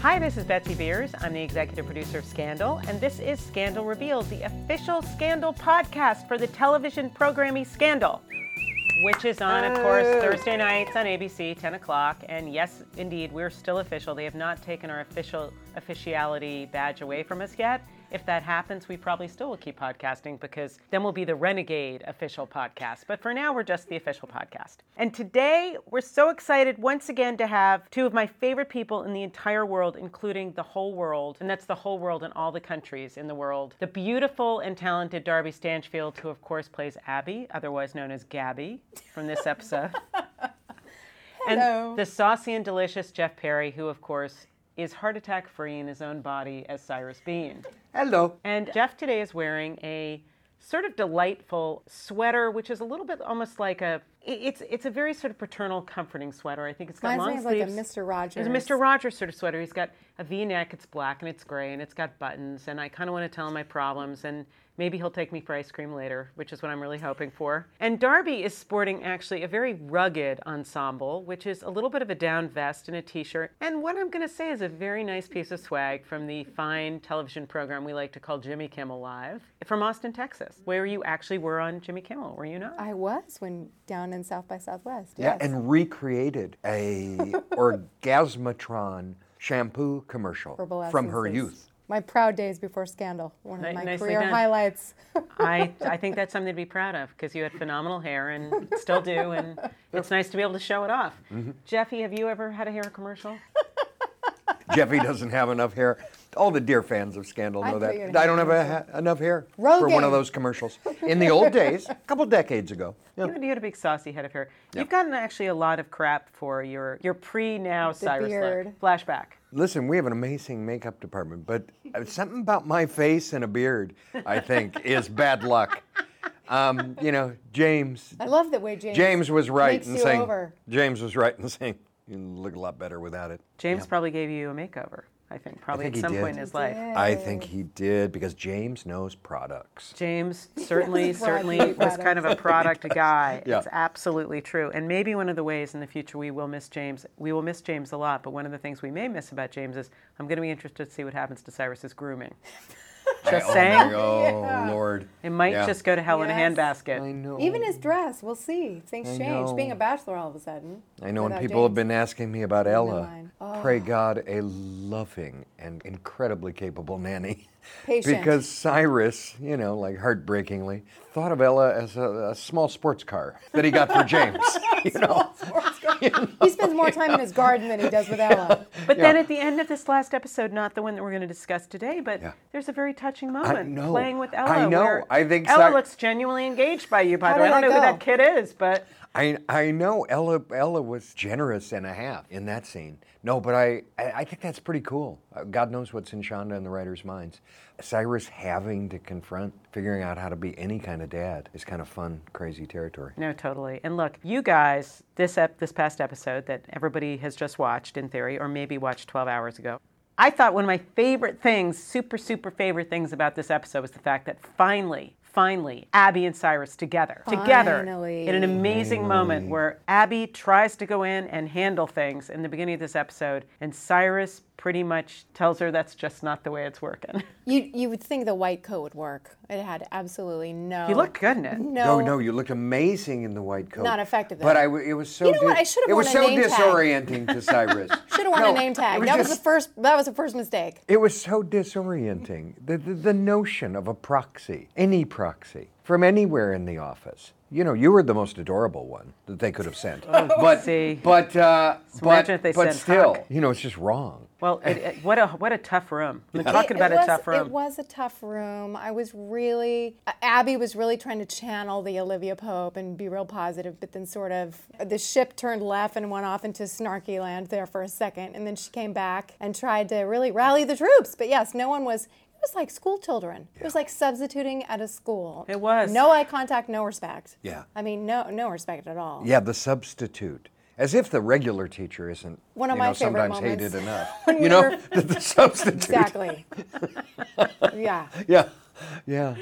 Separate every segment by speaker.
Speaker 1: Hi, this is Betsy Beers. I'm the executive producer of Scandal, and this is Scandal Revealed, the official Scandal podcast for the television programming Scandal, which is on, of course, Thursday nights on ABC, 10 o'clock. And yes, indeed, we're still official. They have not taken our official officiality badge away from us yet. If that happens, we probably still will keep podcasting because then we'll be the renegade official podcast. But for now, we're just the official podcast. And today, we're so excited once again to have two of my favorite people in the entire world, including the whole world, and that's the whole world and all the countries in the world. The beautiful and talented Darby Stanchfield, who of course plays Abby, otherwise known as Gabby, from this episode.
Speaker 2: Hello.
Speaker 1: And the saucy and delicious Jeff Perry, who of course is heart attack free in his own body as Cyrus Bean.
Speaker 3: Hello.
Speaker 1: And Jeff today is wearing a sort of delightful sweater, which is a little bit almost like a. i- It's it's a very sort of paternal, comforting sweater. I think it's got
Speaker 2: Reminds
Speaker 1: long
Speaker 2: me of like a
Speaker 1: sleeves.
Speaker 2: Mr. Rogers.
Speaker 1: It's a Mr. Rogers sort of sweater. He's got a V-neck. It's black and it's gray and it's got buttons. And I kind of want to tell him my problems and maybe he'll take me for ice cream later, which is what I'm really hoping for. And Darby is sporting actually a very rugged ensemble, which is a little bit of a down vest and a t-shirt. And what I'm going to say is a very nice piece of swag from the fine television program we like to call Jimmy Kimmel Live from Austin, Texas, where you actually were on Jimmy Kimmel, were you not?
Speaker 2: I was when down in South by Southwest.
Speaker 3: Yeah,
Speaker 2: yes.
Speaker 3: and recreated a orgasmatron shampoo commercial
Speaker 2: Herbal
Speaker 3: from her
Speaker 2: essences.
Speaker 3: youth.
Speaker 2: My proud days before Scandal, one of
Speaker 1: Ni-
Speaker 2: my
Speaker 1: nicely
Speaker 2: career
Speaker 1: done.
Speaker 2: highlights.
Speaker 1: I, I think that's something to be proud of because you had phenomenal hair and still do, and it's nice to be able to show it off.
Speaker 3: Mm-hmm.
Speaker 1: Jeffy, have you ever had a hair commercial?
Speaker 3: Jeffy doesn't have enough hair. All the dear fans of Scandal
Speaker 2: I
Speaker 3: know
Speaker 2: figured
Speaker 3: that.
Speaker 2: it
Speaker 3: I don't have a, ha- enough hair for one
Speaker 2: Rogaine.
Speaker 3: of those commercials. In the old days, a couple decades ago. Yeah.
Speaker 1: You had- You had a big saucy head of hair.
Speaker 3: Yeah.
Speaker 1: You've gotten actually a lot of crap for your your pre now Cyrus
Speaker 2: beard.
Speaker 1: look. flashback.
Speaker 3: Listen, we have an amazing makeup department, but uh, something about my face and a beard, I think, is bad luck. Um, you know, James.
Speaker 2: I love that way James.
Speaker 3: James was right
Speaker 2: makes
Speaker 3: in
Speaker 2: you
Speaker 3: saying.
Speaker 2: over.
Speaker 3: James was right in saying you look a lot better without it.
Speaker 1: James probably gave you a makeover. I think probably
Speaker 3: think
Speaker 1: at
Speaker 3: he
Speaker 1: some
Speaker 3: did.
Speaker 1: point in his life.
Speaker 3: I think he did because James knows products.
Speaker 1: James certainly,
Speaker 2: Right,
Speaker 1: certainly
Speaker 2: right,
Speaker 1: was kind of a product guy.
Speaker 3: Yeah.
Speaker 1: It's absolutely true. And maybe one of the ways in the future we will miss James, we will miss James a lot, but one of the things we may miss about James is I'm going to be interested to see what happens to Cyrus's grooming. Just
Speaker 3: I-
Speaker 1: saying.
Speaker 3: Oh, my- oh, Lord.
Speaker 1: It might
Speaker 3: Yeah.
Speaker 1: just go to hell in
Speaker 2: Yes.
Speaker 1: a handbasket.
Speaker 3: I know.
Speaker 2: Even his dress, we'll see. Things
Speaker 3: I
Speaker 2: change.
Speaker 3: know.
Speaker 2: Being a bachelor all of a sudden.
Speaker 3: I know, and
Speaker 2: without
Speaker 3: people have
Speaker 2: James.
Speaker 3: been asking me about Ella.
Speaker 2: mind. Oh.
Speaker 3: Pray God, a loving and incredibly capable nanny.
Speaker 2: Patient.
Speaker 3: Because Cyrus, you know, like heartbreakingly, thought of Ella as a, a small sports car that he got for James. you know,
Speaker 2: He spends more time in his garden than he does with Ella.
Speaker 1: But then
Speaker 3: Yeah.
Speaker 1: at the end of this last episode, not the one that we're going to discuss today, but
Speaker 3: Yeah.
Speaker 1: there's a very touching moment
Speaker 3: know.
Speaker 1: playing with Ella.
Speaker 3: I know.
Speaker 1: where
Speaker 3: I think
Speaker 1: Ella
Speaker 3: Cy-
Speaker 1: looks genuinely engaged by you, by
Speaker 2: How
Speaker 1: the way. I
Speaker 2: did
Speaker 1: don't know
Speaker 2: that
Speaker 1: who that
Speaker 2: go?
Speaker 1: kid is, but
Speaker 3: I I know Ella Ella was generous and a half in that scene. No, but I I, I think that's pretty cool. Uh, God knows what's in Shonda and the writers' minds. Cyrus having to confront figuring out how to be any kind of dad is kind of fun, crazy territory.
Speaker 1: No, totally. And look, you guys, this ep- this past episode that everybody has just watched in theory, or maybe watched 12 hours ago, I thought one of my favorite things, super super favorite things about this episode was the fact that finally. Finally, Abby and Cyrus together, together
Speaker 2: Finally.
Speaker 1: in an amazing moment where Abby tries to go in and handle things in the beginning of this episode, and Cyrus pretty much tells her that's just not the way it's working.
Speaker 2: You you would think the white coat would work. It had absolutely no.
Speaker 1: He looked good in it.
Speaker 3: no,
Speaker 2: No.
Speaker 3: no, you looked amazing in the white coat.
Speaker 2: Not effective,
Speaker 3: But
Speaker 2: though.
Speaker 3: I, w- it was so.
Speaker 2: You know what?
Speaker 3: di-
Speaker 2: I should've
Speaker 3: It was
Speaker 2: worn a
Speaker 3: so
Speaker 2: name tag.
Speaker 3: disorienting to Cyrus.
Speaker 2: Should have worn
Speaker 3: No,
Speaker 2: a name
Speaker 3: it
Speaker 2: tag. that was
Speaker 3: just-
Speaker 2: the first. That was the first mistake.
Speaker 3: It was so disorienting. The, the, the notion of a proxy, any proxy, from anywhere in the office. You know, you were the most adorable one that they could have sent. but
Speaker 1: Oh, see.
Speaker 3: but uh, but,
Speaker 1: imagine if they
Speaker 3: but
Speaker 1: sent
Speaker 3: still,
Speaker 1: Huck.
Speaker 3: you know, it's just wrong.
Speaker 1: Well, it, it- what a what a tough room. We're
Speaker 2: It-
Speaker 1: talking
Speaker 2: it
Speaker 1: about
Speaker 2: was,
Speaker 1: a tough room.
Speaker 2: It was a tough room. I was really, Abby was really trying to channel the Olivia Pope and be real positive, but then sort of the ship turned left and went off into snarky land there for a second. And then she came back and tried to really rally the troops. But yes, no one was. It was like school children. It was like substituting at a school.
Speaker 1: It was.
Speaker 2: No eye contact, no respect.
Speaker 3: Yeah.
Speaker 2: I mean, no, no respect at all.
Speaker 3: Yeah, the substitute. As if the regular teacher isn't
Speaker 2: One of
Speaker 3: you
Speaker 2: my
Speaker 3: know,
Speaker 2: favorite
Speaker 3: sometimes
Speaker 2: moments
Speaker 3: hated enough.
Speaker 2: when
Speaker 3: you
Speaker 2: we
Speaker 3: know,
Speaker 2: were-
Speaker 3: the, the substitute.
Speaker 2: Exactly. yeah.
Speaker 3: Yeah. Yeah.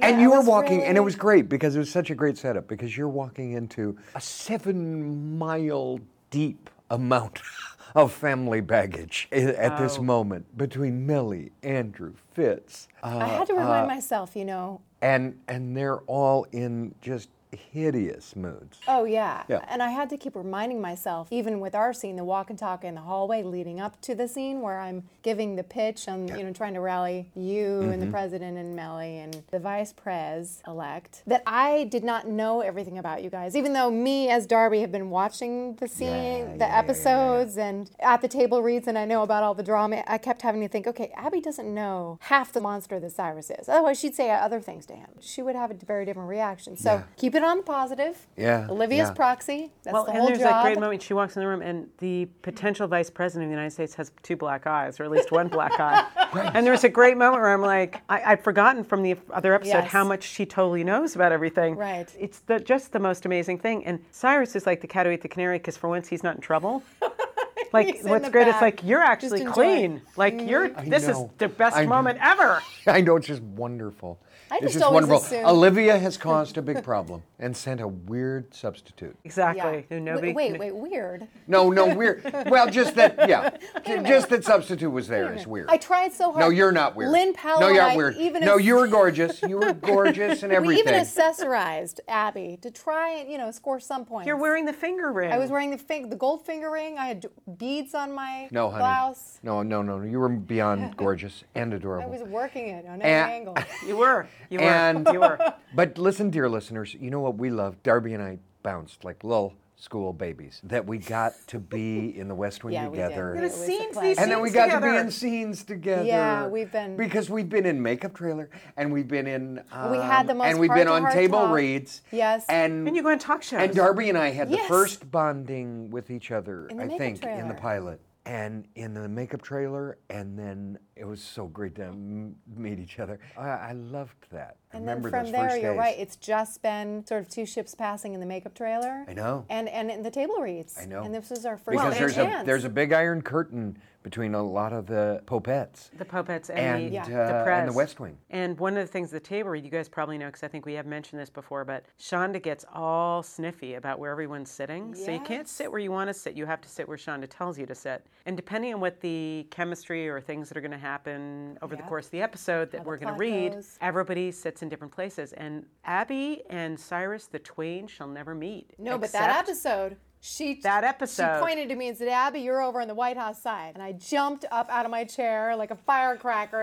Speaker 3: and you
Speaker 2: it
Speaker 3: were
Speaker 2: was
Speaker 3: walking, and it
Speaker 2: really-
Speaker 3: was great because it was such a great setup because you're walking into a seven mile deep amount of family baggage i- at this
Speaker 1: Oh.
Speaker 3: moment between Millie, Andrew, Fitz, uh,
Speaker 2: I had to remind myself, you know,
Speaker 3: and and they're all in just hideous moods.
Speaker 2: Oh yeah.
Speaker 3: Yeah.
Speaker 2: And I had to keep reminding myself, even with our scene, the walk and talk in the hallway leading up to the scene where I'm giving the pitch, I'm you know trying to rally you and
Speaker 3: Mm-hmm.
Speaker 2: the president and Melly and the vice pres elect, that I did not know everything about you guys, even though me as Darby have been watching the scene,
Speaker 3: yeah,
Speaker 2: the
Speaker 3: yeah, yeah, yeah.
Speaker 2: episodes, and at the table reads, and I know about all the drama. I kept having to think, okay, Abby doesn't know half the monster that Cyrus is. Otherwise, she'd say other things to him. She would have a very different reaction. So
Speaker 3: Yeah.
Speaker 2: keep it on the positive.
Speaker 3: Yeah,
Speaker 2: Olivia's
Speaker 3: yeah.
Speaker 2: proxy. That's
Speaker 1: well,
Speaker 2: the
Speaker 1: and
Speaker 2: whole
Speaker 1: there's
Speaker 2: job.
Speaker 1: that great moment. She walks in the room, and the potential vice president of the United States has two black eyes, or at least one black eye. And there's a great moment where I'm like, I, I'd forgotten from the other episode
Speaker 2: Yes.
Speaker 1: how much she totally knows about everything.
Speaker 2: Right.
Speaker 1: It's the, just the most amazing thing. And Cyrus is like the cat who ate the canary because for once he's not in trouble. Like
Speaker 2: He's in
Speaker 1: what's
Speaker 2: the
Speaker 1: great is
Speaker 2: back,
Speaker 1: like you're
Speaker 2: just
Speaker 1: actually
Speaker 2: enjoying. Mm.
Speaker 1: clean. Like you're this is
Speaker 3: know.
Speaker 1: the best
Speaker 3: I know.
Speaker 1: moment ever.
Speaker 3: I know it's just wonderful.
Speaker 2: I
Speaker 3: it's
Speaker 2: just
Speaker 3: just
Speaker 2: always
Speaker 3: wonderful.
Speaker 2: assume-
Speaker 3: Olivia has caused a big problem and sent a weird substitute.
Speaker 1: Exactly. Who nobody-
Speaker 2: wait, wait, wait, weird.
Speaker 3: No, no, weird. Well, just that, yeah. Ju- Just that substitute was there is weird.
Speaker 2: I tried so hard.
Speaker 3: No, you're not weird.
Speaker 2: Lynn Powell.
Speaker 3: No, you're
Speaker 2: and
Speaker 3: not
Speaker 2: I
Speaker 3: weird.
Speaker 2: Even
Speaker 3: no,
Speaker 2: ass-
Speaker 3: you were gorgeous. You were gorgeous and
Speaker 2: We
Speaker 3: everything.
Speaker 2: even accessorized Abby to try and you know score some points.
Speaker 1: You're wearing the finger ring.
Speaker 2: I was wearing the fig- the gold finger ring. I had beads on my
Speaker 3: no, honey.
Speaker 2: blouse.
Speaker 3: No, no, no. You were beyond gorgeous and adorable.
Speaker 2: I was working it on every
Speaker 3: And-
Speaker 2: angle.
Speaker 1: You were. You were.
Speaker 3: And-
Speaker 1: you were.
Speaker 3: But listen, dear listeners, you know what we love? Darby and I bounced like little school babies. That we got to be in the West Wing
Speaker 2: Yeah, we did.
Speaker 3: together.
Speaker 2: It was a
Speaker 1: scenes,
Speaker 2: pleasure.
Speaker 1: these
Speaker 3: and then we
Speaker 1: scenes
Speaker 3: got to be
Speaker 1: together.
Speaker 3: in scenes together.
Speaker 2: Yeah, we've been-
Speaker 3: because we've been in makeup trailer and we've been in
Speaker 2: We had
Speaker 3: um,
Speaker 2: the most
Speaker 3: and we've been on
Speaker 2: heart-to-heart
Speaker 3: table
Speaker 2: talk.
Speaker 3: reads.
Speaker 2: Yes.
Speaker 3: and
Speaker 1: And you go on talk shows.
Speaker 3: and Darby and I had
Speaker 2: Yes.
Speaker 3: the first bonding with each other.
Speaker 2: the
Speaker 3: I
Speaker 2: makeup
Speaker 3: think in the
Speaker 2: trailer.
Speaker 3: pilot and in the makeup trailer, and then it was so great to m- meet each other. I, I loved that. I
Speaker 2: And then
Speaker 3: remember
Speaker 2: from
Speaker 3: those
Speaker 2: there,
Speaker 3: first
Speaker 2: you're
Speaker 3: days.
Speaker 2: right. It's just been sort of two ships passing in the makeup trailer.
Speaker 3: I know.
Speaker 2: And and in the table reads.
Speaker 3: I know.
Speaker 2: And this was our first
Speaker 3: Because
Speaker 1: and-
Speaker 3: there's a
Speaker 2: chance.
Speaker 3: there's a big iron curtain between a lot of the popettes.
Speaker 1: The Popets and,
Speaker 3: And,
Speaker 1: the,
Speaker 3: Yeah.
Speaker 1: the
Speaker 3: uh,
Speaker 1: press.
Speaker 3: and the West Wing.
Speaker 1: And one of the things, the table read, you guys probably know because I think we have mentioned this before, but Shonda gets all sniffy about where everyone's sitting. So you can't sit where you want to sit. You have to sit where Shonda tells you to sit. And depending on what the chemistry or things that are going to happen over the
Speaker 2: Yeah.
Speaker 1: course of the episode that we're going to
Speaker 2: plot
Speaker 1: read,
Speaker 2: goes.
Speaker 1: everybody sits in different places. And Abby and Cyrus, the twain, shall never meet.
Speaker 2: No, but that
Speaker 1: except-
Speaker 2: episode, she
Speaker 1: That
Speaker 2: she
Speaker 1: episode.
Speaker 2: pointed to me and said, "Abby, you're over on the White House side." And I jumped up out of my chair like a firecracker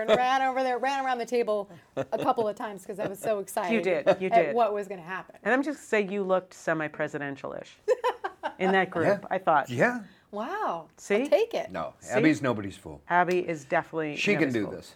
Speaker 2: and ran over there, ran around the table a couple of times because I was so excited.
Speaker 1: did, you
Speaker 2: At
Speaker 1: did.
Speaker 2: what was going to happen?
Speaker 1: And I'm just going to say you looked semi presidential ish in that group, I thought.
Speaker 3: Yeah.
Speaker 2: Wow.
Speaker 1: See?
Speaker 2: I'll take it.
Speaker 3: No, Abby's nobody's fool.
Speaker 1: Abby is definitely.
Speaker 3: She can
Speaker 1: nobody's
Speaker 3: do
Speaker 1: fool.
Speaker 3: this.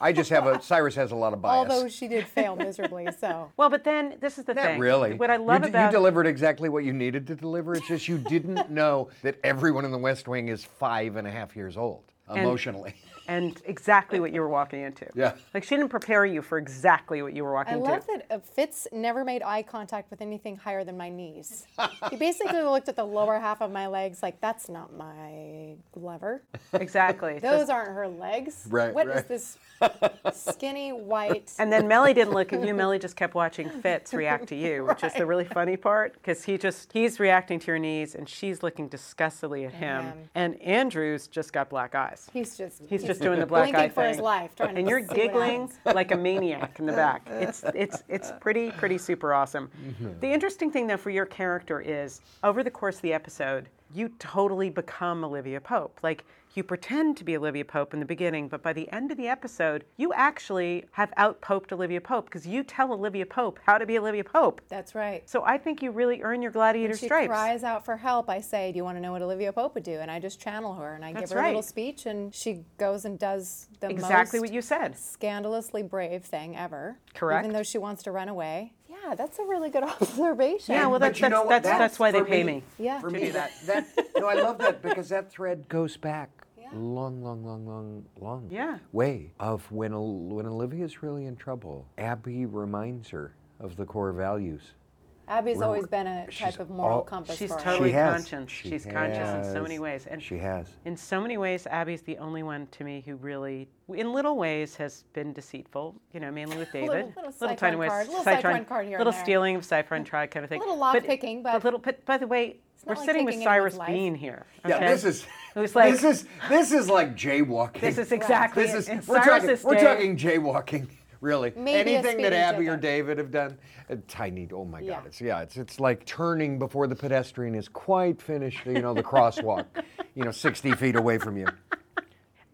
Speaker 3: I just have a Cyrus has a lot of bias.
Speaker 2: Although she did fail miserably, so
Speaker 1: Well, but then this is the
Speaker 3: Not
Speaker 1: thing.
Speaker 3: really.
Speaker 1: What I
Speaker 3: You
Speaker 1: love
Speaker 3: d- you,
Speaker 1: about
Speaker 3: delivered exactly what you needed to deliver. It's just you didn't know that everyone in the West Wing is five and a half years old emotionally.
Speaker 1: and exactly what you were walking into.
Speaker 3: Yeah.
Speaker 1: Like she didn't prepare you for exactly what you were walking
Speaker 2: I
Speaker 1: into.
Speaker 2: love that uh, Fitz never made eye contact with anything higher than my knees. he basically looked at the lower half of my legs like, "That's not my lever.
Speaker 1: Exactly.
Speaker 2: Those aren't her legs.
Speaker 3: Right,
Speaker 2: What is
Speaker 3: right.
Speaker 2: this skinny white?"
Speaker 1: and then Melly didn't look at you. Melly just kept watching Fitz react to you, which is the really funny part because he just he's reacting to your knees and she's looking disgustedly at him.
Speaker 2: him.
Speaker 1: And Andrew's just got black eyes.
Speaker 2: He's just
Speaker 1: He's just doing the black
Speaker 2: blinking
Speaker 1: eye
Speaker 2: for his
Speaker 1: thing.
Speaker 2: life, trying to
Speaker 1: and you're
Speaker 2: see what
Speaker 1: giggling
Speaker 2: happens.
Speaker 1: like a maniac in the back. It's it's it's pretty pretty super awesome. The interesting thing though for your character is over the course of the episode, you totally become Olivia Pope. Like you pretend to be Olivia Pope in the beginning, but by the end of the episode, you actually have outpoped Olivia Pope because you tell Olivia Pope how to be Olivia Pope.
Speaker 2: That's right.
Speaker 1: So I think you really earn your gladiator
Speaker 2: She
Speaker 1: stripes.
Speaker 2: cries out for help. I say, "Do you want to know what Olivia Pope would do?" And I just channel her and I
Speaker 1: That's
Speaker 2: give her a little
Speaker 1: right.
Speaker 2: speech, and she goes and does the
Speaker 1: Exactly
Speaker 2: most
Speaker 1: what you said.
Speaker 2: scandalously brave thing ever.
Speaker 1: Correct.
Speaker 2: Even though she wants to run away. Yeah, that's a really good observation.
Speaker 1: Yeah, well,
Speaker 3: But
Speaker 1: that's
Speaker 3: you
Speaker 1: that's,
Speaker 3: know what?
Speaker 1: that's, that's why they
Speaker 3: for
Speaker 1: pay me.
Speaker 2: Yeah.
Speaker 3: For
Speaker 2: To
Speaker 3: me,
Speaker 2: do
Speaker 3: that, that no, I love that because that thread goes back long, long, long, long, long
Speaker 1: Yeah.
Speaker 3: way of when Ol- when Olivia's really in trouble. Abby reminds her of the core values
Speaker 2: Abby's
Speaker 3: We're-
Speaker 2: always been a
Speaker 3: she's
Speaker 2: type of moral
Speaker 3: all-
Speaker 2: compass
Speaker 1: She's
Speaker 2: for us.
Speaker 1: totally
Speaker 3: She has.
Speaker 1: conscious.
Speaker 3: She
Speaker 1: She's conscious in so
Speaker 3: has.
Speaker 1: many ways. And
Speaker 3: She has.
Speaker 1: in so many ways, Abby's the only one to me who really, in little ways, has been deceitful. You know, mainly with David,
Speaker 2: Little- little Cypheron card, little Cypheron card here and
Speaker 1: little
Speaker 2: there.
Speaker 1: stealing of Cypheron tribe kind of thing.
Speaker 2: Little
Speaker 1: But-
Speaker 2: lockpicking,
Speaker 1: but
Speaker 2: but-
Speaker 1: little. But by the way,
Speaker 2: not
Speaker 1: we're
Speaker 2: like
Speaker 1: sitting with
Speaker 2: taking anyone's
Speaker 1: Cyrus
Speaker 2: life.
Speaker 1: Bean here.
Speaker 3: Yeah,
Speaker 1: okay?
Speaker 3: this is
Speaker 1: Who's like
Speaker 3: this is this is like jaywalking.
Speaker 1: This is exactly
Speaker 3: this is
Speaker 1: it. In
Speaker 3: we're talking,
Speaker 1: Cyrus's
Speaker 3: we're
Speaker 1: day-
Speaker 3: talking jaywalking. Really,
Speaker 2: Maybe a
Speaker 3: anything that
Speaker 2: speeding
Speaker 3: Abby or
Speaker 2: ticket.
Speaker 3: David have done, a tiny. Oh my God,
Speaker 2: Yeah.
Speaker 3: it's yeah, it's it's like turning before the pedestrian is quite finished. You know, the crosswalk. you know, sixty feet away from you.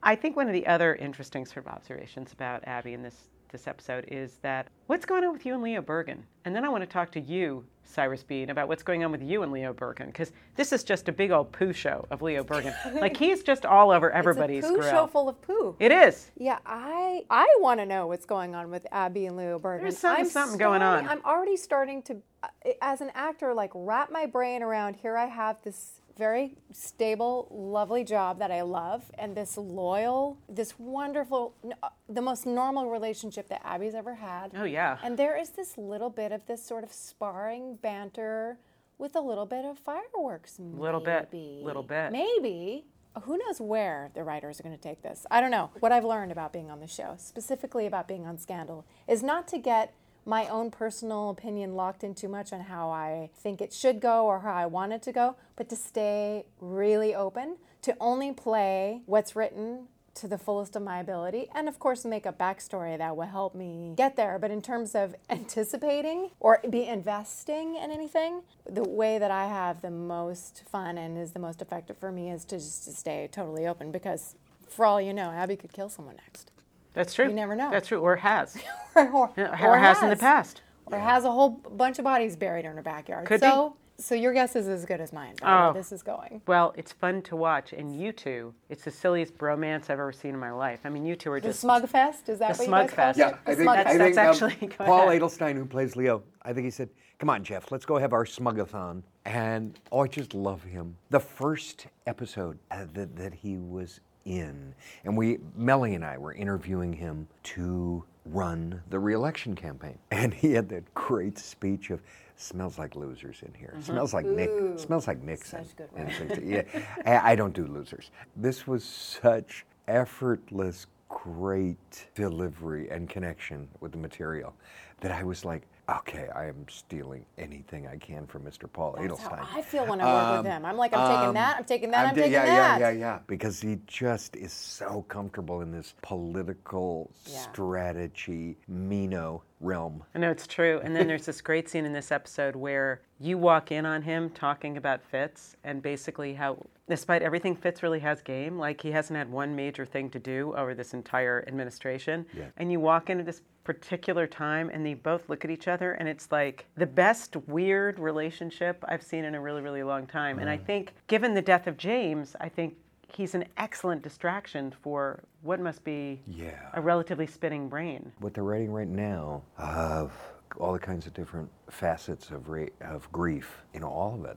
Speaker 1: I think one of the other interesting sort of observations about Abby in this this episode is that what's going on with you and Leo Bergen? And then I want to talk to you, Cyrus Bean, about what's going on with you and Leo Bergen, because this is just a big old poo show of Leo Bergen. like he's just all over everybody's
Speaker 2: it's a poo
Speaker 1: grill.
Speaker 2: show full of poo.
Speaker 1: it is.
Speaker 2: Yeah, I I want to know what's going on with Abby and Leo Bergen.
Speaker 1: There's something-
Speaker 2: I'm
Speaker 1: something going
Speaker 2: starting-
Speaker 1: on.
Speaker 2: I'm already starting to, uh, as an actor, like wrap my brain around. Here I have this very stable, lovely job that I love, and this loyal, this wonderful, n- uh, the most normal relationship that Abby's ever had.
Speaker 1: Oh yeah.
Speaker 2: And there is this little bit of this sort of sparring banter with a little bit of fireworks.
Speaker 1: Little bit,
Speaker 2: maybe.
Speaker 1: little bit.
Speaker 2: Maybe. Who knows where the writers are going to take this? I don't know. What I've learned about being on the show, specifically about being on Scandal, is not to get my own personal opinion locked in too much on how I think it should go or how I want it to go, but to stay really open, to only play what's written to the fullest of my ability and of course make a backstory that will help me get there but in terms of anticipating or be investing in anything the way that i have the most fun and is the most effective for me is to just to stay totally open because for all you know abby could kill someone next
Speaker 1: That's true. You
Speaker 2: never know.
Speaker 1: That's true. Or has.
Speaker 2: or, or,
Speaker 1: or has in the past.
Speaker 2: or has a whole bunch of bodies buried in her backyard
Speaker 1: Could be.
Speaker 2: so so your guess is as good as mine about
Speaker 1: Oh.
Speaker 2: where this is going
Speaker 1: Well, it's fun to watch, and you two, it's the silliest bromance I've ever seen in my life. I mean, you two are
Speaker 2: the
Speaker 1: just
Speaker 2: smug fest is that
Speaker 1: The
Speaker 2: what
Speaker 1: smug
Speaker 2: you guys call
Speaker 1: fest.
Speaker 2: it?
Speaker 1: Yeah,
Speaker 2: The
Speaker 3: I think,
Speaker 2: smug
Speaker 1: that's-
Speaker 3: I
Speaker 2: fest.
Speaker 3: think
Speaker 1: that's
Speaker 3: um,
Speaker 1: actually- go
Speaker 3: Paul
Speaker 1: ahead.
Speaker 3: Adelstein, who plays Leo, I think he said, "Come on, Jeff, let's go have our smugathon." And oh, I just love him. The first episode uh, that, that he was in, and we, Melly and I, were interviewing him to run the reelection campaign, and he had that great speech of. Smells like losers in here.
Speaker 1: Mm-hmm.
Speaker 3: Smells like Nick. Smells like Nixon.
Speaker 2: such good
Speaker 3: and things. yeah, I, I don't do losers. This was such effortless great delivery and connection with the material that I was like, okay, I am stealing anything I can from Mr. Paul
Speaker 2: That's how
Speaker 3: Edelstein.
Speaker 2: Oh, I feel when I work with him. I'm like, I'm taking that, I'm taking that, I'm,
Speaker 3: um, I'm ta-
Speaker 2: taking
Speaker 3: yeah,
Speaker 2: that.
Speaker 3: yeah, yeah, yeah. Because he just is so comfortable in this political
Speaker 2: Yeah.
Speaker 3: strategy, Mino realm.
Speaker 1: I know it's true. And then there's this great scene in this episode where you walk in on him talking about Fitz and basically how, despite everything, Fitz really has game. Like he hasn't had one major thing to do over this entire administration.
Speaker 3: Yeah.
Speaker 1: And you walk in at this particular time and they both look at each other and it's like the best weird relationship I've seen in a really, really long time. And I
Speaker 3: Mm.
Speaker 1: think, given the death of James, I think he's an excellent distraction for what must be
Speaker 3: Yeah.
Speaker 1: a relatively spinning brain.
Speaker 3: what they're writing right now of all the kinds of different facets of ra- of grief in all of it.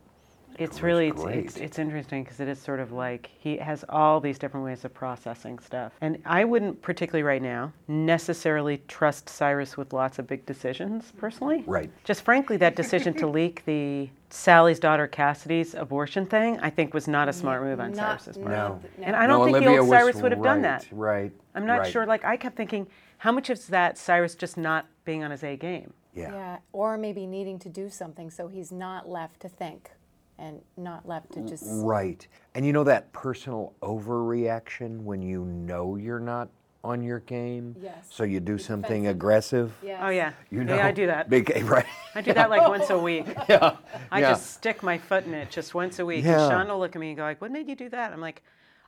Speaker 1: It's
Speaker 3: was
Speaker 1: really it's, it's
Speaker 3: great.
Speaker 1: it's interesting because it is sort of like he has all these different ways of processing stuff, and I wouldn't particularly right now necessarily trust Cyrus with lots of big decisions personally.
Speaker 3: Right.
Speaker 1: Just frankly, that decision to leak the Sally's daughter Cassidy's abortion thing, I think, was not a smart move on
Speaker 2: Not-
Speaker 1: Cyrus's part.
Speaker 2: not-
Speaker 3: No.
Speaker 1: And I don't
Speaker 3: No,
Speaker 1: think
Speaker 3: Olivia
Speaker 1: the old
Speaker 3: was
Speaker 1: Cyrus would have done
Speaker 3: right,
Speaker 1: that.
Speaker 3: Right.
Speaker 1: I'm not
Speaker 3: right.
Speaker 1: sure. Like I kept thinking, how much is that Cyrus just not being on his A game?
Speaker 3: Yeah.
Speaker 2: Yeah, or maybe needing to do something so he's not left to think and not left to just.
Speaker 3: Right. And you know that personal overreaction when you know you're not on your game.
Speaker 2: Yes.
Speaker 3: So you do something aggressive.
Speaker 1: Oh yeah.
Speaker 3: You know.
Speaker 1: yeah, I do that.
Speaker 3: Big, right.
Speaker 1: I do that like once a week.
Speaker 3: yeah.
Speaker 1: I
Speaker 3: yeah.
Speaker 1: just stick my foot in it just once a week.
Speaker 3: Yeah.
Speaker 1: And Sean will look at me and go like, "What made you do that?" I'm like,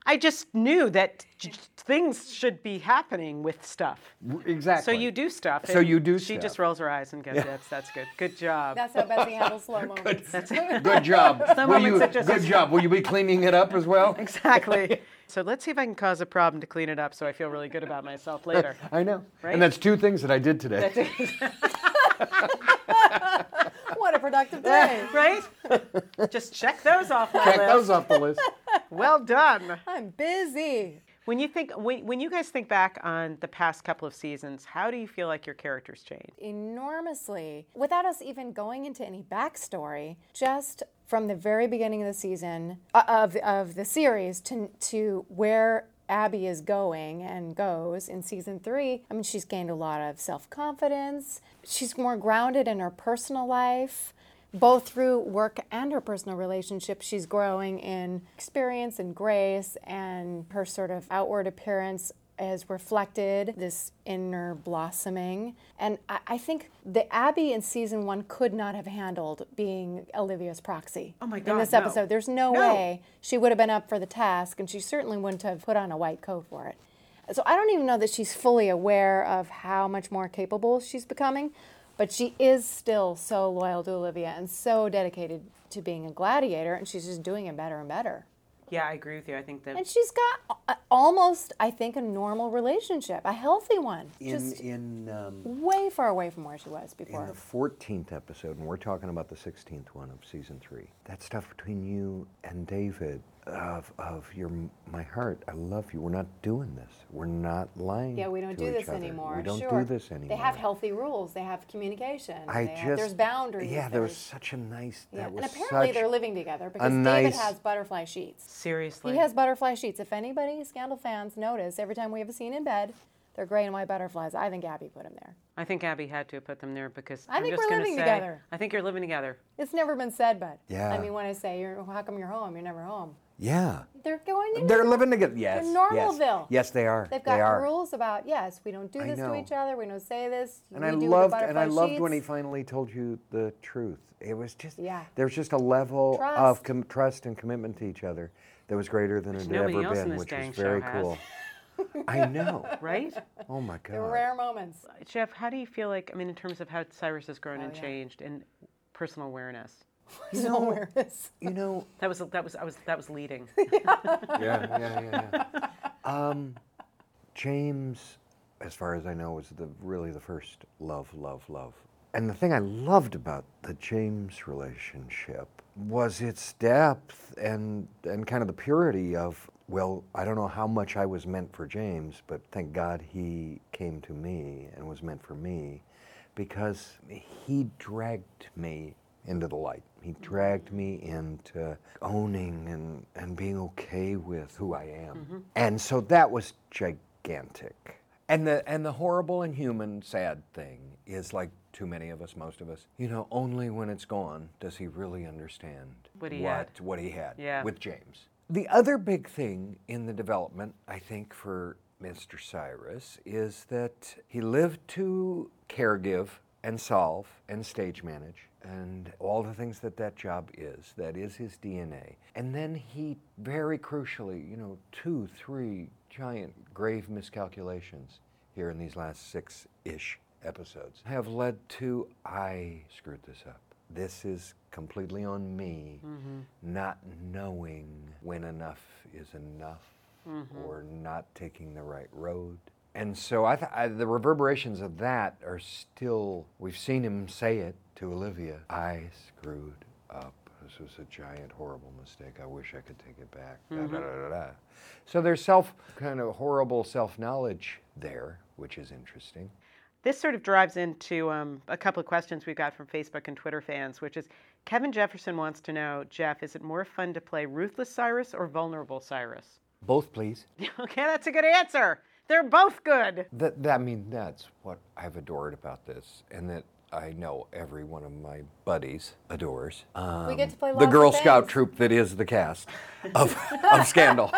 Speaker 1: "I just knew that j- things should be happening with stuff." So
Speaker 3: exactly.
Speaker 1: you do stuff.
Speaker 3: So
Speaker 1: and
Speaker 3: you do
Speaker 1: She
Speaker 3: stuff.
Speaker 1: just rolls her eyes and goes, "Yes, that's good. Good job."
Speaker 2: That's how Betsy handles slow moments.
Speaker 3: Good job.
Speaker 1: Some
Speaker 3: Will
Speaker 1: moments
Speaker 3: you,
Speaker 1: it just
Speaker 3: good
Speaker 1: is-
Speaker 3: job. Will you be cleaning it up as well?
Speaker 1: exactly. so let's see if I can cause a problem to clean it up, so I feel really good about myself later.
Speaker 3: I know.
Speaker 1: Right?
Speaker 3: And that's two things that I did today.
Speaker 2: what a productive day!
Speaker 1: right? Just check those off my
Speaker 3: Check
Speaker 1: list.
Speaker 3: those off the list.
Speaker 1: Well done.
Speaker 2: I'm busy.
Speaker 1: When you think when, when you guys think back on the past couple of seasons, how do you feel like your characters changed?
Speaker 2: enormously without us even going into any backstory just from the very beginning of the season uh, of of the series to to where Abby is going and goes in season 3 I mean she's gained a lot of self-confidence she's more grounded in her personal life both through work and her personal relationship, she's growing in experience and grace, and her sort of outward appearance is reflected this inner blossoming. And I, I think the Abby in season one could not have handled being Olivia's proxy.
Speaker 1: Oh my
Speaker 2: In
Speaker 1: God,
Speaker 2: this
Speaker 1: no.
Speaker 2: episode, there's no,
Speaker 1: No.
Speaker 2: way she would have been up for the task, and she certainly wouldn't have put on a white coat for it. So I don't even know that she's fully aware of how much more capable she's becoming, but she is still so loyal to Olivia and so dedicated to being a gladiator, and she's just doing it better and better.
Speaker 1: Yeah, I agree with you. I think that
Speaker 2: And she's got a- almost, I think, a normal relationship, a healthy one,
Speaker 3: In,
Speaker 2: just
Speaker 3: in, um,
Speaker 2: way far away from where she was
Speaker 3: in
Speaker 2: before.
Speaker 3: the 14th episode, and we're talking about the 16th one of season three, that stuff between you and David of, of your, my heart, I love you. We're not doing this. We're not lying.
Speaker 2: Yeah, we don't
Speaker 3: to
Speaker 2: do
Speaker 3: each
Speaker 2: this
Speaker 3: other.
Speaker 2: anymore.
Speaker 3: We don't
Speaker 2: sure.
Speaker 3: do this anymore.
Speaker 2: They have healthy rules. They have communication.
Speaker 3: I
Speaker 2: they
Speaker 3: just
Speaker 2: have, there's boundaries.
Speaker 3: Yeah, there
Speaker 2: there's-
Speaker 3: was such a nice.
Speaker 2: yeah.
Speaker 3: That was
Speaker 2: and apparently
Speaker 3: such,
Speaker 2: they're living together because David
Speaker 3: nice-
Speaker 2: has butterfly sheets.
Speaker 1: seriously.
Speaker 2: He has butterfly sheets. If anybody, Scandal fans, notice every time we have a scene in bed, they're gray and white butterflies. I think Abby put them there.
Speaker 1: I think Abby had to put them there because
Speaker 2: I
Speaker 1: am
Speaker 2: think
Speaker 1: just
Speaker 2: we're
Speaker 1: gonna
Speaker 2: living
Speaker 1: say,
Speaker 2: together.
Speaker 1: I think you're living together.
Speaker 2: It's never been said, but
Speaker 3: Yeah.
Speaker 2: I mean, when I say, you're, how come you're home? You're never home.
Speaker 3: Yeah.
Speaker 2: They're going into
Speaker 3: They're living together. Yes. yes.
Speaker 2: Normalville.
Speaker 3: Yes, they are.
Speaker 2: They've
Speaker 3: they
Speaker 2: got
Speaker 3: are.
Speaker 2: rules about yes, we don't do
Speaker 3: I
Speaker 2: this to
Speaker 3: know.
Speaker 2: each other. We don't say this.
Speaker 3: And
Speaker 2: we
Speaker 3: I
Speaker 2: do the
Speaker 3: loved and I
Speaker 2: butterfly
Speaker 3: loved
Speaker 2: sheets.
Speaker 3: when he finally told you the truth. It was just
Speaker 2: Yeah.
Speaker 3: there's just a level
Speaker 2: Trust.
Speaker 3: of com- trust and commitment to each other that was greater than it had
Speaker 1: nobody
Speaker 3: ever
Speaker 1: else in
Speaker 3: been,
Speaker 1: this
Speaker 3: which
Speaker 1: dang
Speaker 3: was
Speaker 1: show
Speaker 3: very
Speaker 1: has.
Speaker 3: cool. I know.
Speaker 1: Right?
Speaker 3: Oh my
Speaker 2: There were
Speaker 3: god.
Speaker 2: rare moments.
Speaker 1: Jeff, how do you feel like I mean in terms of how Cyrus has grown and
Speaker 2: Oh, yeah.
Speaker 1: changed and personal awareness?
Speaker 2: You know, where it is.
Speaker 3: You know.
Speaker 1: That was that was I was that was leading.
Speaker 3: yeah, yeah, yeah, yeah. Um, James, as far as I know, was the really the first love, love, love. And the thing I loved about the James relationship was its depth and and kind of the purity of well, I don't know how much I was meant for James, but thank God he came to me and was meant for me because he dragged me into the light. He dragged me into owning and, and being okay with who I am.
Speaker 1: Mm-hmm.
Speaker 3: And so that was gigantic. And the and the horrible and human sad thing is like too many of us, most of us, you know, only when it's gone does he really understand
Speaker 1: What he
Speaker 3: what,
Speaker 1: had.
Speaker 3: what he had
Speaker 1: Yeah.
Speaker 3: with James. The other big thing in the development, I think, for Mr. Cyrus is that he lived to caregive and solve and stage manage and all the things that that job is. That is his DNA. And then he, very crucially, you know, two, three giant grave miscalculations here in these last six ish episodes have led to I screwed this up. This is completely on me, not knowing when enough is enough or not taking the right road. And so I, th- I, the reverberations of that are still, we've seen him say it to Olivia I screwed up. This was a giant, horrible mistake. I wish I could take it back. Da, da, da, da, da. So there's self, kind of horrible self knowledge there, which is interesting.
Speaker 1: This sort of drives into um, a couple of questions we've got from Facebook and Twitter fans, which is Kevin Jefferson wants to know, Jeff, is it more fun to play Ruthless Cyrus or Vulnerable Cyrus?
Speaker 3: Both, please.
Speaker 1: okay, that's a good answer. They're both good.
Speaker 3: That, that, I mean, that's what I've adored about this, and that I know every one of my buddies adores. Um,
Speaker 2: We get to play
Speaker 3: the
Speaker 2: lots of
Speaker 3: Girl Scout
Speaker 2: things.
Speaker 3: troop that is the cast of, of Scandal.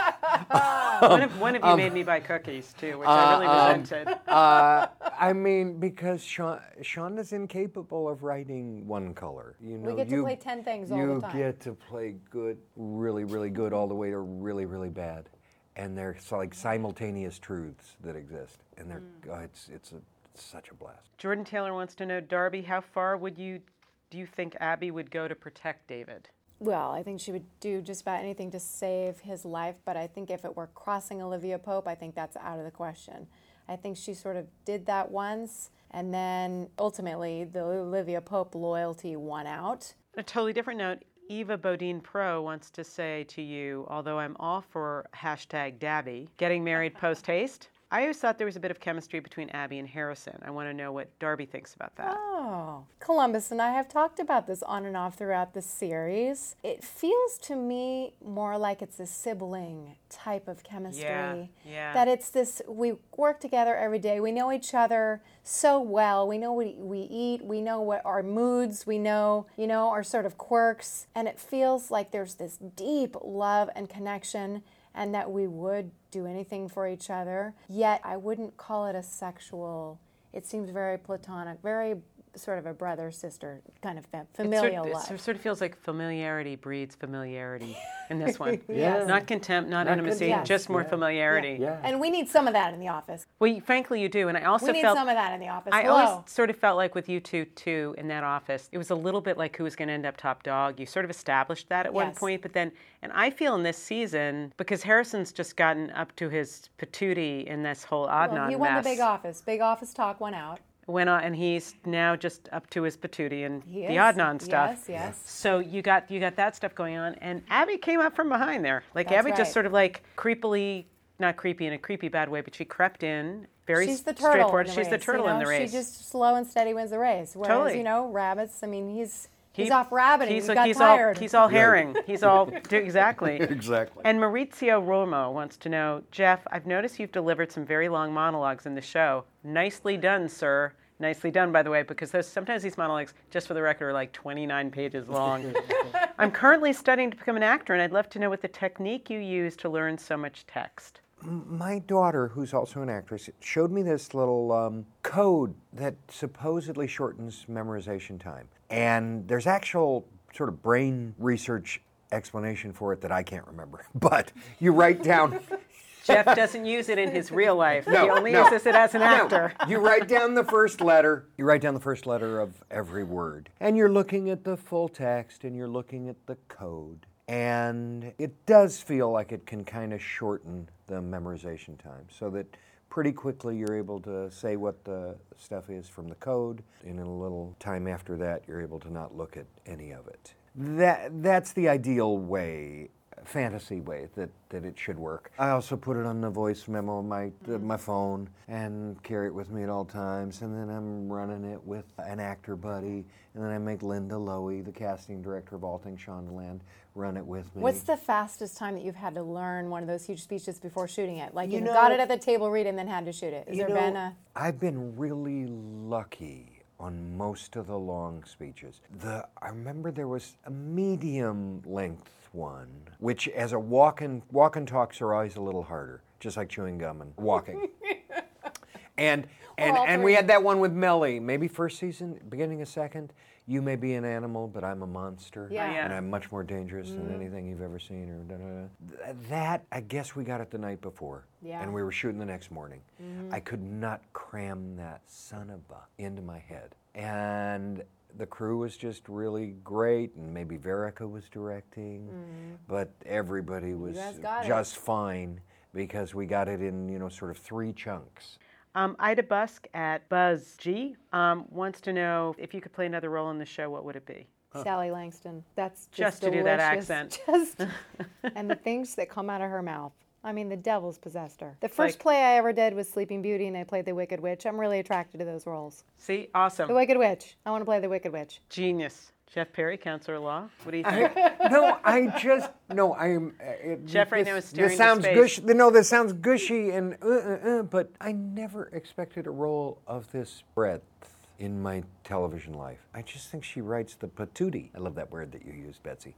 Speaker 1: one, of, one of you made me buy cookies too, which I really resented.
Speaker 3: Uh, I mean, because Sean, Sean is incapable of writing one color. You know,
Speaker 2: get to
Speaker 3: you-
Speaker 2: play 10 things all the
Speaker 3: you
Speaker 2: time.
Speaker 3: get to play good, really, really good, all the way to really, really bad, and they're so, like simultaneous truths that exist, and they're
Speaker 2: Mm.
Speaker 3: oh, it's it's, a, it's such a blast.
Speaker 1: Jordan Taylor wants to know, Darby, how far would you do you think Abby would go to protect David?
Speaker 2: Well, I think she would do just about anything to save his life, but I think if it were crossing Olivia Pope, I think that's out of the question. I think she sort of did that once, and then ultimately the Olivia Pope loyalty won out.
Speaker 1: On a totally different note, Eva Bodine Pro wants to say to you, although I'm all for hashtag Dabby, getting married post haste. I always thought there was a bit of chemistry between Abby and Harrison. I want to know what Darby thinks about that.
Speaker 2: Oh, Columbus and I have talked about this on and off throughout the series. It feels to me more like it's a sibling type of chemistry.
Speaker 1: yeah.
Speaker 2: That it's this, we work together every day. We know each other so well. We know what we eat. We know what our moods, we know, you know, our sort of quirks. And it feels like there's this deep love and connection and that we would do anything for each other. Yet I wouldn't call it a sexual. It seems very platonic, very sort of a brother sister kind of fam- familial
Speaker 1: Sort-
Speaker 2: life.
Speaker 1: It sort of feels like familiarity breeds familiarity in this one. yeah. Not contempt, not, intimacy,
Speaker 2: contempt,
Speaker 1: just more familiarity.
Speaker 2: And we need some of that in the office.
Speaker 1: Well, you- frankly, you do. And I also
Speaker 2: We need
Speaker 1: felt.
Speaker 2: some of that in the office.
Speaker 1: I
Speaker 2: Hello.
Speaker 1: always sort of felt like with you two, too, in that office, it was a little bit like who was going to end up top dog. You sort of established that at one
Speaker 2: Yes.
Speaker 1: point, but then, and I feel in this season, because Harrison's just gotten up to his patootie in this whole Adnan
Speaker 2: Well, he won
Speaker 1: mess.
Speaker 2: the big office. Big office talk went out.
Speaker 1: went on, and he's now just up to his patootie and
Speaker 2: He
Speaker 1: the
Speaker 2: is.
Speaker 1: Adnan stuff.
Speaker 2: Yes, yes.
Speaker 1: So you got you got that stuff going on, and Abby came up from behind there. Like
Speaker 2: That's
Speaker 1: Abby just
Speaker 2: right.
Speaker 1: sort of like creepily, not creepy in a creepy bad way, but she crept in very
Speaker 2: She's the turtle.
Speaker 1: straightforward.
Speaker 2: In the
Speaker 1: She's the
Speaker 2: race,
Speaker 1: turtle
Speaker 2: you
Speaker 1: in the
Speaker 2: know?
Speaker 1: race.
Speaker 2: She just slow and steady wins the race. Whereas
Speaker 1: Totally.
Speaker 2: you know rabbits. I mean, he's
Speaker 1: He-
Speaker 2: he's off rabbiting.
Speaker 1: He's,
Speaker 2: he
Speaker 1: like-
Speaker 2: got
Speaker 1: he's
Speaker 2: tired.
Speaker 1: all he's all herring. He's all exactly.
Speaker 3: Exactly.
Speaker 1: And Maurizio Romo wants to know, Jeff, I've noticed you've delivered some very long monologues in the show. Nicely done, sir. Nicely done, by the way, because those, sometimes these monologues, just for the record, are like 29 pages long. I'm currently studying to become an actor, and I'd love to know what the technique you use to learn so much text.
Speaker 3: my daughter, who's also an actress, showed me this little um, code that supposedly shortens memorization time. And there's actual sort of brain research explanation for it that I can't remember. But you write down.
Speaker 1: Jeff doesn't use it in his real life.
Speaker 3: No,
Speaker 1: he only
Speaker 3: no.
Speaker 1: uses it as an
Speaker 3: No.
Speaker 1: actor.
Speaker 3: You write down the first letter. You write down the first letter of every word. And you're looking at the full text and you're looking at the code. And it does feel like it can kind of shorten the memorization time so that pretty quickly you're able to say what the stuff is from the code. And in a little time after that, you're able to not look at any of it. That, that's the ideal way fantasy way that, that it should work. I also put it on the voice memo on my the, my phone and carry it with me at all times. And then I'm running it with an actor buddy. And then I make Linda Lowy, the casting director of All Things Shondaland, run it with me.
Speaker 2: What's the fastest time that you've had to learn one of those huge speeches before shooting it? Like you,
Speaker 3: know-
Speaker 2: got it at the table read and then had to shoot it. Has
Speaker 3: You
Speaker 2: there
Speaker 3: know,
Speaker 2: been a
Speaker 3: I've been really lucky on most of the long speeches. The I remember there was a medium length one, which as a walk and walk and talks are always a little harder, just like chewing gum and walking. And and,
Speaker 2: all
Speaker 3: and we
Speaker 2: three.
Speaker 3: had that one with Melly, maybe first season, beginning of second. You may be an animal, but I'm a monster.
Speaker 2: Yeah.
Speaker 1: Yeah.
Speaker 3: And I'm much more dangerous
Speaker 2: Mm.
Speaker 3: than anything you've ever seen. Or da, da, da. Th- That, I guess we got it the night before.
Speaker 2: Yeah. Mm-hmm.
Speaker 3: And we were shooting the next morning. I could not cram that son of a into my head. And the crew was just really great, and maybe Verica was directing, but everybody was
Speaker 2: Mm. guys got it.
Speaker 3: just fine because we got it in, you know, sort of three chunks.
Speaker 1: Um, Ida Busk at Buzz G um, wants to know if you could play another role in the show, what would it be?
Speaker 2: Sally Langston? That's
Speaker 1: Just
Speaker 2: just,
Speaker 1: to do that
Speaker 2: delicious.
Speaker 1: accent.
Speaker 2: Just and the things that come out of her mouth. I mean, the devil's possessed her. The first play I ever did was Sleeping Beauty, and I played the Wicked Witch. I'm really attracted to those roles.
Speaker 1: See, awesome.
Speaker 2: The Wicked Witch. I want to play the Wicked Witch.
Speaker 1: Genius. Jeff Perry, counselor of law. What do you think?
Speaker 3: no, I just no. I am. uh, It,
Speaker 1: Jeff right now is staring
Speaker 3: This
Speaker 1: into
Speaker 3: sounds
Speaker 1: space.
Speaker 3: gushy. No, this sounds gushy and uh, uh, uh, but I never expected a role of this breadth in my television life. I just think she writes the patootie. I love that word that you used, Betsy.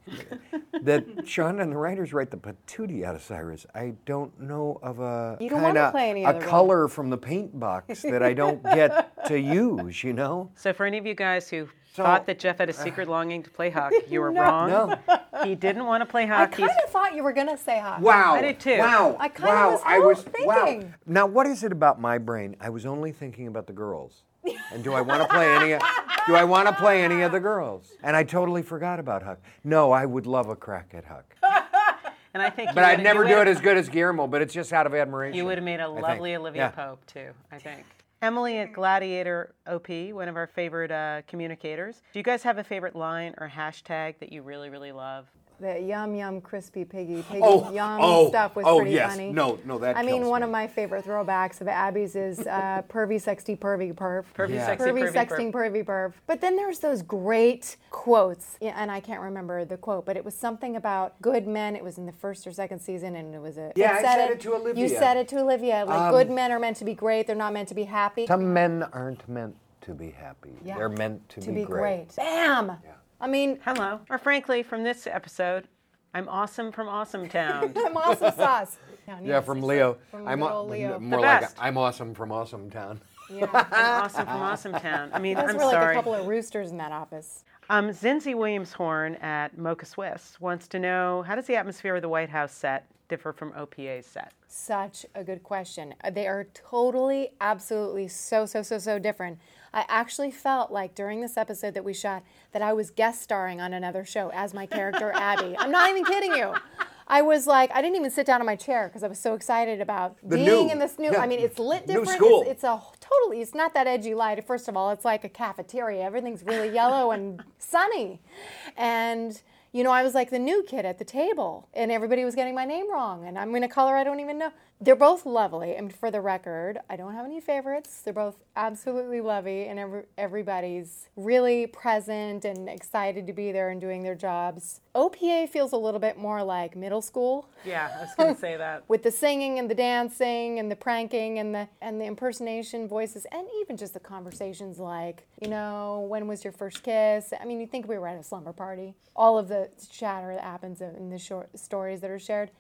Speaker 3: that Sean and the writers write the patootie out of Cyrus. I don't know of a
Speaker 2: You don't
Speaker 3: kinda-
Speaker 2: wanna play any
Speaker 3: a
Speaker 2: other role.
Speaker 3: color from the paint box that I don't get to use. You know.
Speaker 1: So, for any of you guys who
Speaker 3: So-
Speaker 1: thought that Jeff had a secret longing to play hockey, you were wrong.
Speaker 3: No.
Speaker 1: He didn't want to play
Speaker 2: I
Speaker 1: hockey.
Speaker 2: kind of thought you were gonna say hi.
Speaker 3: Wow.
Speaker 1: I did too.
Speaker 3: Wow.
Speaker 2: I kinda
Speaker 3: wow.
Speaker 2: was oh,
Speaker 3: I was wow.
Speaker 2: thinking.
Speaker 3: Now what is it about my brain? I was only thinking about the girls. And do I want to play any do I want to play any of the girls? And I totally forgot about Huck. No, I would love a crack at Huck.
Speaker 1: and I think, you
Speaker 3: But I'd
Speaker 1: would've-
Speaker 3: never
Speaker 1: you
Speaker 3: do it
Speaker 1: would've-
Speaker 3: as good as Guillermo, but it's just out of admiration.
Speaker 1: You would have made a
Speaker 3: I think.
Speaker 1: lovely Olivia
Speaker 3: Yeah.
Speaker 1: Pope too, I think. Emily at Gladiator OP, one of our favorite uh, communicators. Do you guys have a favorite line or hashtag that you really, really love?
Speaker 2: The yum yum crispy piggy piggy
Speaker 4: Oh,
Speaker 2: yum
Speaker 4: oh,
Speaker 2: stuff was
Speaker 4: oh,
Speaker 2: pretty
Speaker 4: yes.
Speaker 2: funny.
Speaker 4: No, no, that
Speaker 2: I mean,
Speaker 4: kills
Speaker 2: one
Speaker 4: me.
Speaker 2: of my favorite throwbacks of Abby's is uh, pervy sexy pervy perv.
Speaker 1: Pervy,
Speaker 3: Yeah.
Speaker 1: sexy,
Speaker 2: pervy
Speaker 1: pervy, perv.
Speaker 2: sexting pervy perv. But then there's those great quotes, yeah, and I can't remember the quote, but it was something about good men. It was in the first or second season, and it was a
Speaker 4: Yeah,
Speaker 2: it
Speaker 4: I said it to
Speaker 2: You
Speaker 4: Olivia. Um,
Speaker 2: said it to Olivia. Like good men are meant to be great. They're not meant to be happy.
Speaker 3: Some men aren't meant to be happy.
Speaker 2: Yeah.
Speaker 3: They're meant to,
Speaker 2: to be great. Bam. I mean,
Speaker 1: Hello. Or frankly, from this episode, I'm awesome from Awesome Town.
Speaker 2: I'm awesome sauce. No,
Speaker 3: Yeah, from Leo.
Speaker 2: From
Speaker 3: I'm
Speaker 2: good
Speaker 3: au-
Speaker 2: old Leo.
Speaker 3: More
Speaker 1: The
Speaker 3: like
Speaker 1: best.
Speaker 3: I'm awesome from Awesome Town.
Speaker 1: I'm awesome from Awesome Town. I mean,
Speaker 2: Those
Speaker 1: I'm
Speaker 2: were like
Speaker 1: sorry.
Speaker 2: a couple of roosters in that office.
Speaker 1: Um, Zinzi Williams Horn at Mocha Swiss wants to know how does the atmosphere of the White House set differ from OPA's set?
Speaker 2: Such a good question. Uh, They are totally, absolutely so, so, so, so different. I actually felt like during this episode that we shot that I was guest starring on another show as my character Abby. I'm not even kidding you. I was like, I didn't even sit down in my chair because I was so excited about
Speaker 4: The
Speaker 2: being
Speaker 4: new-
Speaker 2: in this new.
Speaker 4: yeah,
Speaker 2: I mean, it's lit
Speaker 4: new
Speaker 2: different.
Speaker 4: school.
Speaker 2: It's, it's a wh- totally. It's not that edgy light. First of all, it's like a cafeteria. Everything's really yellow and sunny, and you know, I was like the new kid at the table, and everybody was getting my name wrong, and I'm in a color I don't even know. They're both lovely, and for the record, I don't have any favorites. They're both absolutely lovely, and every, everybody's really present and excited to be there and doing their jobs. OPA feels a little bit more like middle school
Speaker 1: Yeah, I was going to say that.
Speaker 2: with the singing and the dancing and the pranking and the and the impersonation voices and even just the conversations like you know when was your first kiss i mean you think we were at a slumber party all of the chatter that happens in the short stories that are shared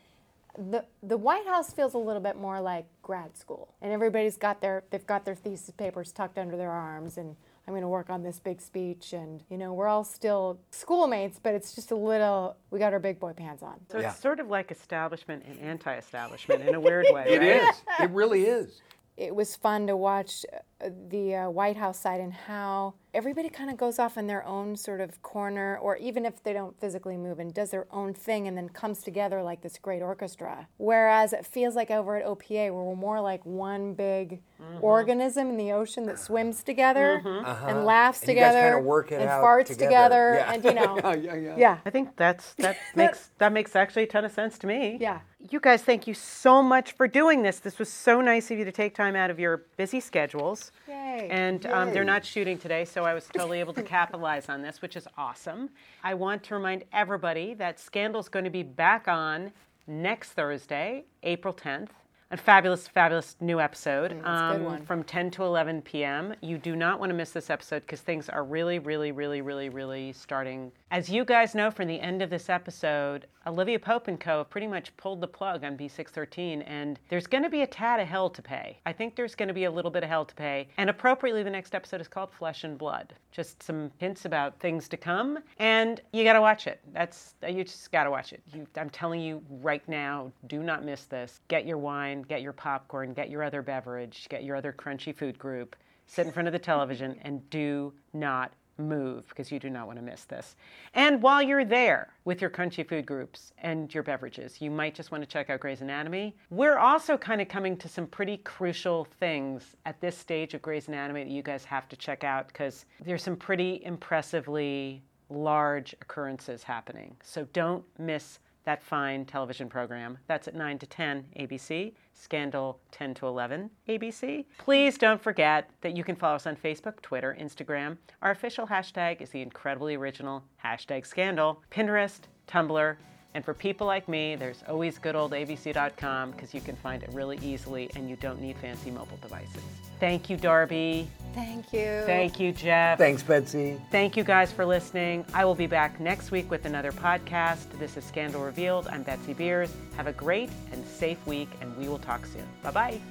Speaker 2: the the white house feels a little bit more like grad school and everybody's got their they've got their thesis papers tucked under their arms and I'm going to work on this big speech, and you know we're all still schoolmates, but it's just a little. We got our big boy pants on.
Speaker 1: So
Speaker 3: Yeah.
Speaker 1: it's sort of like establishment and anti establishment in a weird way.
Speaker 3: It
Speaker 1: right?
Speaker 3: is. It really is.
Speaker 2: it was fun to watch uh, the uh, White House side and how everybody kind of goes off in their own sort of corner, or even if they don't physically move and does their own thing and then comes together like this great orchestra. Whereas it feels like over at OPA, we're more like one big organism in the ocean that swims together and laughs
Speaker 3: Uh-huh. And you guys
Speaker 2: together
Speaker 3: kinda work it
Speaker 2: and
Speaker 3: out
Speaker 2: farts
Speaker 3: together.
Speaker 2: together,
Speaker 3: Yeah.
Speaker 2: and you know, yeah,
Speaker 3: yeah, yeah.
Speaker 1: I think that's that makes that makes actually a ton of sense to me.
Speaker 2: Yeah.
Speaker 1: You guys, thank you so much for doing this. This was so nice of you to take time out of your busy schedules.
Speaker 2: Yay.
Speaker 1: And um, they're
Speaker 3: Yay.
Speaker 1: not shooting today, so I was totally able to capitalize on this, which is awesome. I want to remind everybody that Scandal's going to be back on next Thursday, April 10th. A fabulous, fabulous new episode
Speaker 2: a good
Speaker 1: um,
Speaker 2: one.
Speaker 1: from 10 to 11 p.m. You do not want to miss this episode because things are really, really, really, really, really starting. As you guys know from the end of this episode, Olivia Pope and Co. have pretty much pulled the plug on B613, and there's going to be a tad of hell to pay. I think there's going to be a little bit of hell to pay. And appropriately, the next episode is called Flesh and Blood. Just some hints about things to come, and you got to watch it. That's you just got to watch it. You, I'm telling you right now, do not miss this. Get your wine, get your popcorn, get your other beverage, get your other crunchy food group. Sit in front of the television and do not move because you do not want to miss this. And while you're there with your crunchy food groups and your beverages, you might just want to check out Grey's Anatomy. We're also kind of coming to some pretty crucial things at this stage of Grey's Anatomy that you guys have to check out because there's some pretty impressively large occurrences happening. So don't miss that fine television program. That's at 9 to 10 ABC, Scandal 10 to 11 ABC. Please don't forget that you can follow us on Facebook, Twitter, Instagram. Our official hashtag is the incredibly original hashtag Scandal, Pinterest, Tumblr, and for people like me, there's always good old abc.com because you can find it really easily and you don't need fancy mobile devices. Thank you, Darby.
Speaker 2: Thank you.
Speaker 1: Thank you, Jeff.
Speaker 3: Thanks, Betsy.
Speaker 1: Thank you guys for listening. I will be back next week with another podcast. This is Scandal Revealed. I'm Betsy Beers. Have a great and safe week, and we will talk soon. Bye bye.